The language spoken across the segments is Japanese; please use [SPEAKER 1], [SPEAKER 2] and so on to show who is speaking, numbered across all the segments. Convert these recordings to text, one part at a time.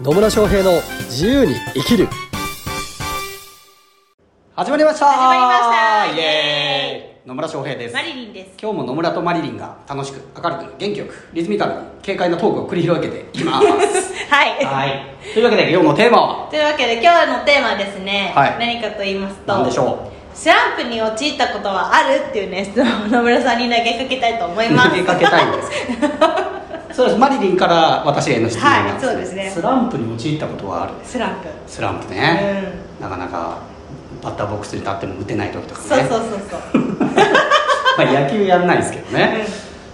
[SPEAKER 1] 野村翔平の自由に生きる始まりました
[SPEAKER 2] 始まりました
[SPEAKER 1] イエーイ野村翔平です
[SPEAKER 2] マリリンです。
[SPEAKER 1] 今日も野村とマリリンが楽しく明るく元気よくリズミカルに軽快なトークを繰り広げています
[SPEAKER 2] はい。
[SPEAKER 1] はいというわけで今日のテーマは
[SPEAKER 2] というわけで今日のテーマはですね、
[SPEAKER 1] はい
[SPEAKER 2] 何かと言いますと
[SPEAKER 1] 何でしょ
[SPEAKER 2] スランプに陥ったことはあるっていうね質問を野村さんに投げかけたいと思
[SPEAKER 1] う
[SPEAKER 2] います
[SPEAKER 1] 投げかけたいんですけどそうですマリリンから私への質問なん
[SPEAKER 2] はいそうですね
[SPEAKER 1] スランプに陥ったことはある
[SPEAKER 2] スランプ、
[SPEAKER 1] スランプ
[SPEAKER 2] う
[SPEAKER 1] ね、
[SPEAKER 2] ん
[SPEAKER 1] なかなかバッターボックスに立っても打てない時と かね
[SPEAKER 2] そうそうそうそう
[SPEAKER 1] まあ野球やんないですけどね、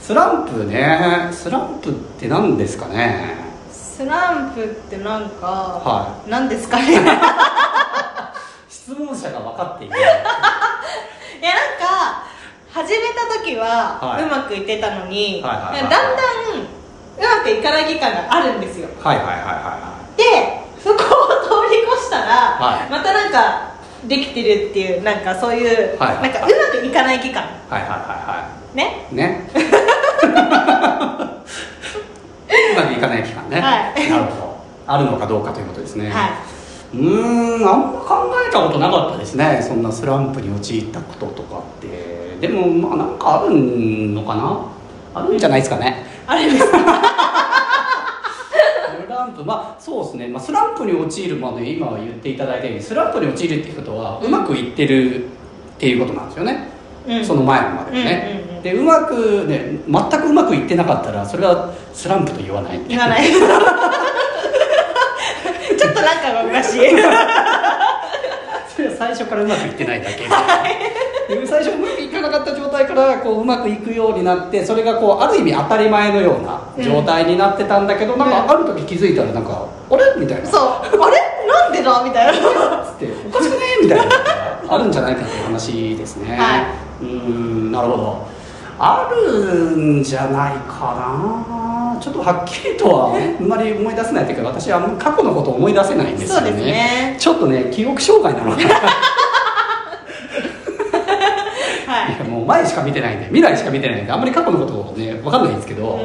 [SPEAKER 1] スランプねスランプって何ですかね
[SPEAKER 2] スランプってなんか、
[SPEAKER 1] は
[SPEAKER 2] なんです かねいやなんか
[SPEAKER 1] 質問者が分かっていない
[SPEAKER 2] 始めた時は、
[SPEAKER 1] はいう
[SPEAKER 2] まくいってたのに、
[SPEAKER 1] はいはいはいはい
[SPEAKER 2] だんだんうまくいかない期間があるんですよ
[SPEAKER 1] はいはいはいは
[SPEAKER 2] でそこを通り越したら、
[SPEAKER 1] はい
[SPEAKER 2] またなんかできてるっていうなんかそういう、
[SPEAKER 1] はいはい
[SPEAKER 2] なんかうまくいかない期間
[SPEAKER 1] いはいはいはいは
[SPEAKER 2] ね
[SPEAKER 1] い ねうまくいかない期間ね、
[SPEAKER 2] はい
[SPEAKER 1] なるほどあるのかどうかということですね、
[SPEAKER 2] は
[SPEAKER 1] うーんあんま考えたことなかったですねそんなスランプに陥ったこととかってでもまあなんかあるのかなあるんじゃないですかね
[SPEAKER 2] あれですか
[SPEAKER 1] スランプまあそうですね、まあ、スランプに陥るまで今は言っていただいたようにスランプに陥るっていうことは
[SPEAKER 2] うん
[SPEAKER 1] うまくいってるっていうことなんですよね、
[SPEAKER 2] うん
[SPEAKER 1] その前までね、
[SPEAKER 2] うんうんうん
[SPEAKER 1] でうまくね全くうまくいってなかったらそれはスランプと言わない
[SPEAKER 2] 言わない ちょっとなんかがおか し い
[SPEAKER 1] それは最初からうまくいってないだけで、で最初うまくいかなかった状態からこううまくいくようになってそれがこうある意味当たり前のような状態になってたんだけど、なんかある時気づいたらなんか「あれ?」みたいな「
[SPEAKER 2] そうあれなんでだみたいな
[SPEAKER 1] つって「おかしくね?」みたいなのがあるんじゃないかっていう話ですね、
[SPEAKER 2] はいう
[SPEAKER 1] ーんなるほどあるんじゃないかなちょっとはっきりとは あんまり思い出せないというか私はあんま過去のことを思い出せないんですよね
[SPEAKER 2] そうですね
[SPEAKER 1] ちょっとね記憶障害なの かな
[SPEAKER 2] はい
[SPEAKER 1] いやもう前しか見てないんで未来しか見てないんであんまり過去のことをね分かんないんですけど
[SPEAKER 2] うん
[SPEAKER 1] う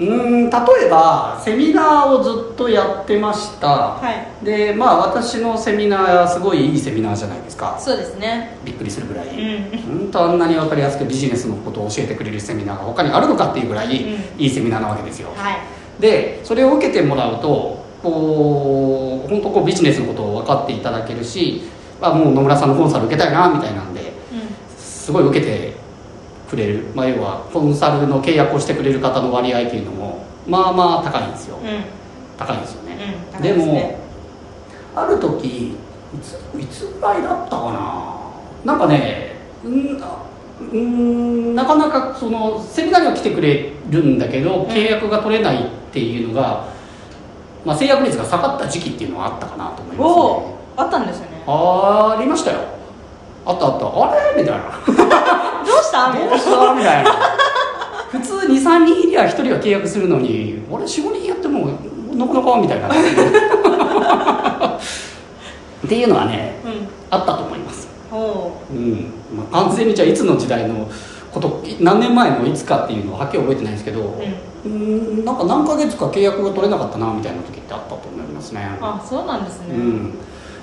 [SPEAKER 1] ーん例えばセミナーをずっとやってました、
[SPEAKER 2] は
[SPEAKER 1] でまあ私のセミナーはすごいいいセミナーじゃないですか
[SPEAKER 2] そうですね
[SPEAKER 1] びっくりするぐらい、
[SPEAKER 2] うん
[SPEAKER 1] 本当あんなに分かりやすくビジネスのことを教えてくれるセミナーが他にあるのかっていうぐらい
[SPEAKER 2] うん
[SPEAKER 1] いいセミナーなわけですよ、
[SPEAKER 2] はい
[SPEAKER 1] でそれを受けてもらうとこう本当こうビジネスのことを分かっていただけるしあもう野村さんのコンサル受けたいなみたいなんで
[SPEAKER 2] う
[SPEAKER 1] すごい受けてくれる、まあ、要はコンサルの契約をしてくれる方の割合というのもまあまあ高いんですよ
[SPEAKER 2] んうん
[SPEAKER 1] 高いんですよね、
[SPEAKER 2] うん
[SPEAKER 1] で
[SPEAKER 2] 高いすね
[SPEAKER 1] もある時いついつぐらいだったかななんかねうんあうんなかなかそのセミナーには来てくれるんだけど
[SPEAKER 2] ん
[SPEAKER 1] 契約が取れないっていうのが、まあ、制約率が下がった時期っていうのはあったかなと思います、
[SPEAKER 2] お
[SPEAKER 1] ね
[SPEAKER 2] お、あったんですよね
[SPEAKER 1] ありましたよあったあったあれみたいな
[SPEAKER 2] どうしたみたい
[SPEAKER 1] どう
[SPEAKER 2] な
[SPEAKER 1] したみたいな普通23人いりゃ1人は契約するのに俺45人やってもなかなかみたいなっていうのはね
[SPEAKER 2] うん
[SPEAKER 1] あったと思います、
[SPEAKER 2] おー
[SPEAKER 1] うんまあ、完全にじゃあいつの時代のこと何年前のいつかっていうのははっきり覚えてないんですけど、うん、なんか何ヶ月か契約が取れなかったなみたいな時ってあったと思いますね
[SPEAKER 2] あそうなんですね、
[SPEAKER 1] うん、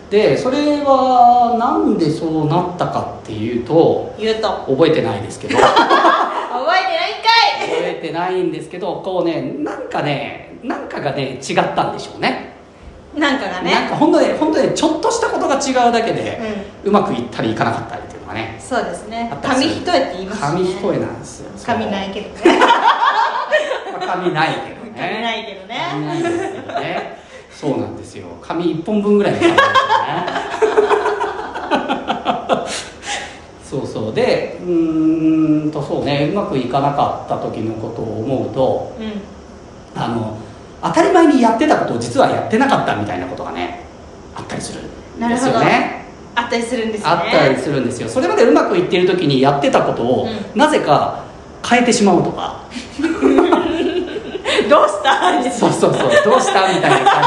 [SPEAKER 1] でそれはなんでそうなったかっていうと
[SPEAKER 2] 言うと
[SPEAKER 1] 覚えてないですけど
[SPEAKER 2] 覚えてないんかい
[SPEAKER 1] 覚えてないんですけどこうねなんかねなんかがね違ったんでしょうね
[SPEAKER 2] なんかが
[SPEAKER 1] なん
[SPEAKER 2] ね
[SPEAKER 1] か本当ね本当ねちょっとしたことが違うだけで、
[SPEAKER 2] う
[SPEAKER 1] うまくいったりいかなかったりっていうのがね
[SPEAKER 2] んそうですね
[SPEAKER 1] あったり
[SPEAKER 2] 紙
[SPEAKER 1] する
[SPEAKER 2] 一重って言いますね
[SPEAKER 1] 紙一重なんですよ
[SPEAKER 2] 紙ないいけ どね
[SPEAKER 1] 紙ないけどね
[SPEAKER 2] 紙ないけど
[SPEAKER 1] 紙
[SPEAKER 2] ね
[SPEAKER 1] ないですけどねそうなんですよ紙一本分ぐらいの紙なんですよねそうそうでうーんとそうねうまくいかなかった時のことを思うと
[SPEAKER 2] うん
[SPEAKER 1] あの当たり前にやってたことを実はやってなかったみたいなことがねあったりするんですよ
[SPEAKER 2] なるほ
[SPEAKER 1] ね
[SPEAKER 2] あったりするんですね
[SPEAKER 1] あったりするんですよそれまでうまくいっている時にやってたことを、
[SPEAKER 2] う
[SPEAKER 1] なぜか変えてしまうとか
[SPEAKER 2] どうした
[SPEAKER 1] そうそうそうどうしたみたいな感じとか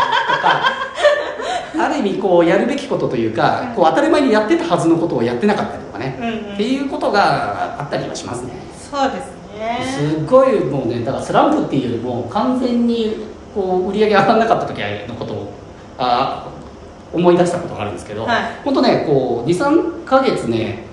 [SPEAKER 1] ある意味こうやるべきことというか、
[SPEAKER 2] うん
[SPEAKER 1] こう当たり前にやってたはずのことをやってなかったりとかね、
[SPEAKER 2] うんうん
[SPEAKER 1] っていうことがあったりはしますね
[SPEAKER 2] そうですね
[SPEAKER 1] すっごいもうねだからスランプっていうよりも完全にここう売り上げ上がらなかった時のことをあ思い出したことがあるんですけど、
[SPEAKER 2] はい
[SPEAKER 1] 本当ねこう23か月ね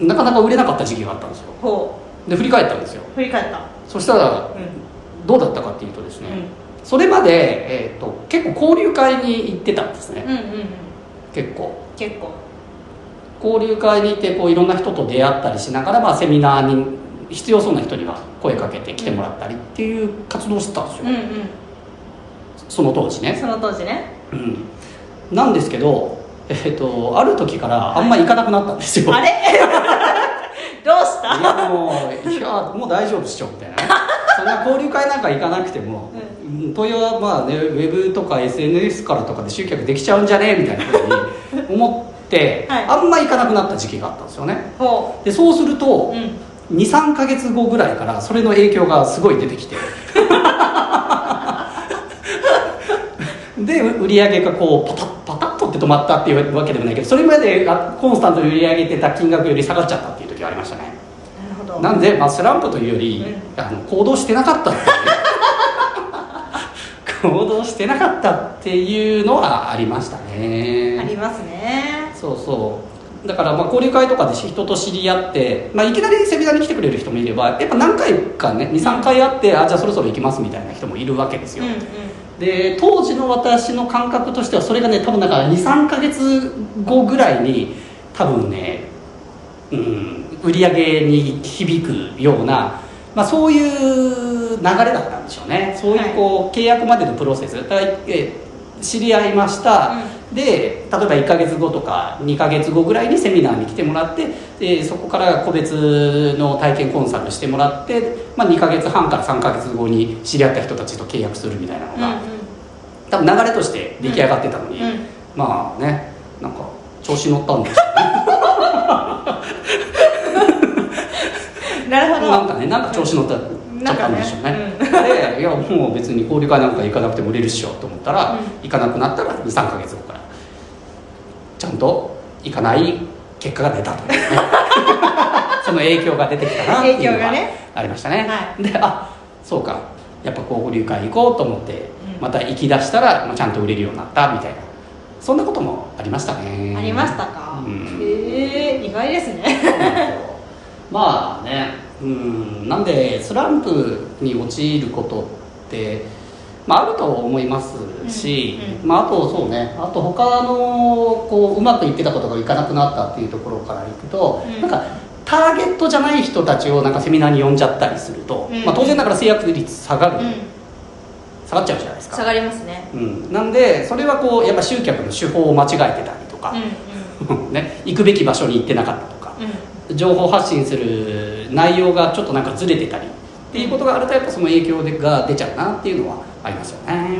[SPEAKER 1] なかなか売れなかった時期があったんですよ
[SPEAKER 2] ほ
[SPEAKER 1] で振り返ったんですよ
[SPEAKER 2] う振り返った
[SPEAKER 1] そしたら
[SPEAKER 2] うん
[SPEAKER 1] どうだったかっていうとですね、
[SPEAKER 2] う
[SPEAKER 1] それまで、えー、と結構交流会に行ってたんですね、
[SPEAKER 2] んうんうんうん
[SPEAKER 1] 結構
[SPEAKER 2] 結構
[SPEAKER 1] 交流会に行ってこういろんな人と出会ったりしながら、まあ、セミナーに必要そうな人には声かけて来てもらったりっていう活動をしてたんですよ、
[SPEAKER 2] うんうん
[SPEAKER 1] その当時ね、
[SPEAKER 2] その当時ね
[SPEAKER 1] うん、なんですけど、えー、とある時からあんまり行かなくなったんですよ、
[SPEAKER 2] あれ どうし
[SPEAKER 1] い
[SPEAKER 2] た
[SPEAKER 1] やもういやもう大丈夫っしょみた いなそんな交流会なんか行かなくても、うん、問いはまあねウェブとか SNS からとかで集客できちゃうんじゃねみたいなふうに思って、
[SPEAKER 2] はい
[SPEAKER 1] あんま行かなくなった時期があったんですよね
[SPEAKER 2] ほ
[SPEAKER 1] でそうする
[SPEAKER 2] う
[SPEAKER 1] と
[SPEAKER 2] うん
[SPEAKER 1] 23か月後ぐらいからそれの影響がすごい出てき てでう売り上げがこうパタッパタッとって止まったっていうわけでもないけどそれまでがコンスタントに売り上げてた金額より下がっちゃったっていう時はありましたね
[SPEAKER 2] なるほど
[SPEAKER 1] なんで、まあ、スランプというより、
[SPEAKER 2] う
[SPEAKER 1] あの行動してなかったっていう 行動してなかったっていうのはありました
[SPEAKER 2] あり
[SPEAKER 1] ね
[SPEAKER 2] ますね
[SPEAKER 1] そうそうだからまあ交流会とかで人と知り合って、まあ、いきなりセミナーに来てくれる人もいればやっぱ何回かね23回会ってあじゃあそろそろ行きますみたいな人もいるわけです
[SPEAKER 2] う
[SPEAKER 1] よ、
[SPEAKER 2] んうん
[SPEAKER 1] で当時の私の感覚としてはそれがね多分だから23か月後ぐらいに多分ね、うん、売り上げに響くような、まあ、そういう流れだったんでしょうねそう
[SPEAKER 2] はいいう
[SPEAKER 1] こう、契約までのプロセスだからえ知り合いました、で例えば1か月後とか2か月後ぐらいにセミナーに来てもらってでそこから個別の体験コンサルしてもらって、まあ、2か月半から3か月後に知り合った人たちと契約するみたいなの
[SPEAKER 2] うんう
[SPEAKER 1] が、
[SPEAKER 2] ん
[SPEAKER 1] 多分流れとして出来上がってたのに、
[SPEAKER 2] うんうん
[SPEAKER 1] まあねなんか調子乗ったんですよね
[SPEAKER 2] なるほど
[SPEAKER 1] なんかねなんか調子乗ったちゃったんでしょうねでいやもう別に交流会なんか行かなくても売れるっしょと思ったら、
[SPEAKER 2] うん
[SPEAKER 1] 行かなくなったら23か月後からちゃんと行かない結果が出たと いうねその影響が出てきたなっていうの
[SPEAKER 2] 影響が
[SPEAKER 1] が
[SPEAKER 2] ね
[SPEAKER 1] ありましたね
[SPEAKER 2] は
[SPEAKER 1] であそうかやっぱ交流会行こうと思って、
[SPEAKER 2] うん
[SPEAKER 1] また行き出したら、まあ、ちゃんと売れるようになったみたいなそんなこともありましたね
[SPEAKER 2] ありましたか
[SPEAKER 1] うん
[SPEAKER 2] ええ意外ですね
[SPEAKER 1] まあねうんなんでスランプに陥ることって、まあ、あると思いますし、
[SPEAKER 2] うんう
[SPEAKER 1] まあ、あとそうねあと他のこううまくいってたことがいかなくなったっていうところからいくと、
[SPEAKER 2] うん
[SPEAKER 1] なんかターゲットじゃない人たちをなんかセミナーに呼んじゃったりすると、
[SPEAKER 2] うん
[SPEAKER 1] まあ、当然だから制約率下がる、
[SPEAKER 2] うん
[SPEAKER 1] 下がっちゃうじゃないです
[SPEAKER 2] 下
[SPEAKER 1] か、
[SPEAKER 2] がりますね
[SPEAKER 1] うん、なんでそれはこうやっぱ集客の手法を間違えてたりと
[SPEAKER 2] うん
[SPEAKER 1] か、 ね、行くべき場所に行ってなかったとか、
[SPEAKER 2] うんうん
[SPEAKER 1] 情報発信する内容がちょっとなんかずれてたりっていうことがあるとやっぱその影響でが出ちゃうなっていうのはありますよね、
[SPEAKER 2] は
[SPEAKER 1] う
[SPEAKER 2] い
[SPEAKER 1] ん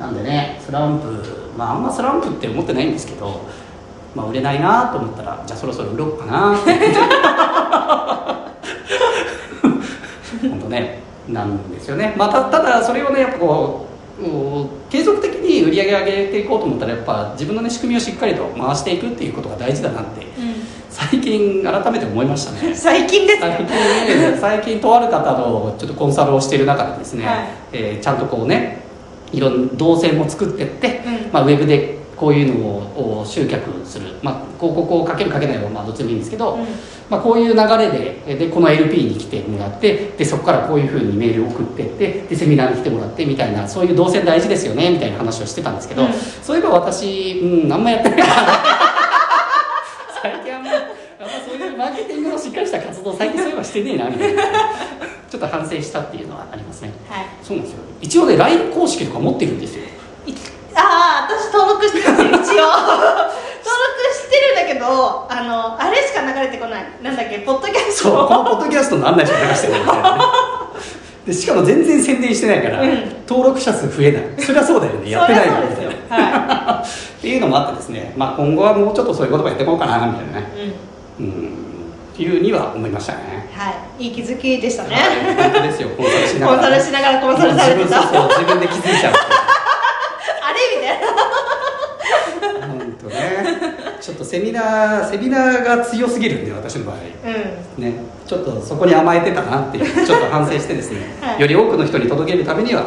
[SPEAKER 1] なんでねスランプまああんまスランプって思ってないんですけど、まあ、売れないなと思ったらじゃあそろそろ売ろうかなって本当ねなんですよね、まあ、たただそれをねやっぱこううん継続的に売り上げ上げていこうと思ったらやっぱ自分の、ね、仕組みをしっかりと回していくっていうことが大事だなって最近改めて思いました ね
[SPEAKER 2] うん最近です
[SPEAKER 1] 最近
[SPEAKER 2] ね
[SPEAKER 1] ね最近とある方のちょっとコンサルをしている中でですね、
[SPEAKER 2] はい
[SPEAKER 1] えーちゃんとこうねいろんな動線も作ってって、
[SPEAKER 2] うん
[SPEAKER 1] まあ、ウェブでこういうのをを集客する、まあ、広告をかけるかけないはまあどっちでもいいんですけど、
[SPEAKER 2] うん
[SPEAKER 1] まあ、こういう流れででこの LP に来てもらってでそこからこういうふうにメールを送ってってでセミナーに来てもらってみたいなそういう動線大事ですよねみたいな話をしてたんですけど、
[SPEAKER 2] うん
[SPEAKER 1] そういえば私、うん、あんまやってない から最近あんまあんまそういうマーケティングのしっかりした活動最近そういえばしてねえなみたいなちょっと反省したっていうのはありますね
[SPEAKER 2] はい
[SPEAKER 1] そうなんですよ一応ね LINE 公式とか持ってるんですよ
[SPEAKER 2] いああ私登録してるんです よ一応登録してるんだけどあのあれしか流れてこないなんだっけポッドキャスト
[SPEAKER 1] そうこのポッドキャストの案内しか流してないみたいなねでしかも全然宣伝してないから、
[SPEAKER 2] うん
[SPEAKER 1] 登録者数増えないそりゃそうだよねやってないもん
[SPEAKER 2] そ
[SPEAKER 1] ね
[SPEAKER 2] りゃそうですよは
[SPEAKER 1] っていうのもあってですね、まあ、今後はもうちょっとそういうこともやっていこうかなみたいなね
[SPEAKER 2] い、うん
[SPEAKER 1] うんっていうには思いましたね
[SPEAKER 2] はい、いい気づきでしたね
[SPEAKER 1] はい本当ですよコンサルしなが
[SPEAKER 2] コン
[SPEAKER 1] ら
[SPEAKER 2] サルしながらコンサルされてた
[SPEAKER 1] そうそう自分で気づいちゃう
[SPEAKER 2] あれみたいな
[SPEAKER 1] 本当にねちょっとセミナーセミナーが強すぎるんで私の場合
[SPEAKER 2] うん
[SPEAKER 1] ねちょっとそこに甘えてたなって いうちょっと反省してですね、
[SPEAKER 2] はい
[SPEAKER 1] より多くの人に届けるためには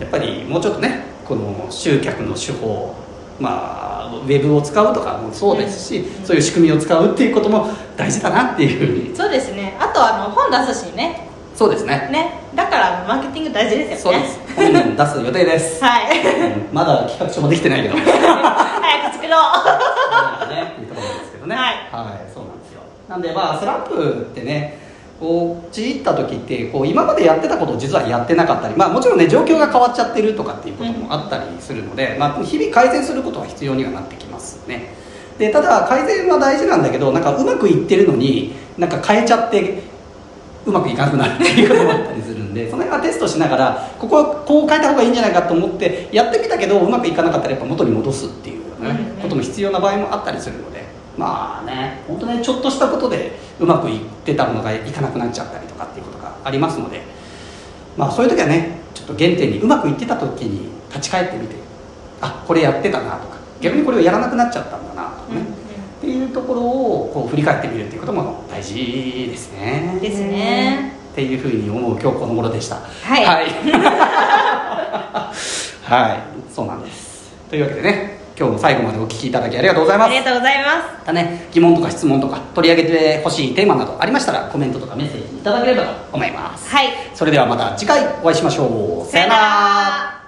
[SPEAKER 1] やっぱりもうちょっとねこの集客の手法まあウェブを使うとかもそうですし、
[SPEAKER 2] うん
[SPEAKER 1] そういう仕組みを使うっていうことも大事だなっていうふうに
[SPEAKER 2] そうですねあとあの本出すしね
[SPEAKER 1] そうですね
[SPEAKER 2] ねだからあのマーケティング大事です
[SPEAKER 1] そ
[SPEAKER 2] よ
[SPEAKER 1] う
[SPEAKER 2] ね
[SPEAKER 1] です本出す予定で す
[SPEAKER 2] はい
[SPEAKER 1] うんまだ企画書もできてないけど
[SPEAKER 2] 早く作ろう
[SPEAKER 1] ね、いうところなんですけどね。
[SPEAKER 2] はい
[SPEAKER 1] いそうなんですよ。なんで、まあ、スランプってね。こう、陥った時って、こう、今までやってたことを実はやってなかったり、まあ、もちろんね、状況が変わっちゃってるとかっていうこともあったりするので。まあ、日々改善することは必要にはなってきますね。で、ただ、改善は大事なんだけど、なんかうまくいってるのに、なんか変えちゃって。うまくいかなくなるっていうこともあったりするんで その辺はテストしながらこここう変えた方がいいんじゃないかと思ってやってみたけどうまくいかなかったらやっぱ元に戻すっていう、ね
[SPEAKER 2] うんうん
[SPEAKER 1] ことも必要な場合もあったりするのでまあね本当ねちょっとしたことでうまくいってたものがいかなくなっちゃったりとかっていうことがありますのでまあそういう時はねちょっと原点にうまくいってた時に立ち返ってみてあこれやってたなとか逆にこれをやらなくなっちゃったんだなとか
[SPEAKER 2] うん
[SPEAKER 1] ね、っていうところをこう振り返ってみるっていうことも大事ですね。
[SPEAKER 2] ですね。
[SPEAKER 1] っていうふうに思う今日この頃でした。
[SPEAKER 2] はい
[SPEAKER 1] はい。 はいそうなんです。というわけでね、今日も最後までお聞きいただきありがとうございま
[SPEAKER 2] あ
[SPEAKER 1] す
[SPEAKER 2] り。がとうございます
[SPEAKER 1] またね、疑問とか質問とか取り上げてほしいテーマなどありましたらコメントとかメッセージいただければと思います。
[SPEAKER 2] はい
[SPEAKER 1] それではまた次回お会いしましょう。
[SPEAKER 2] さよなら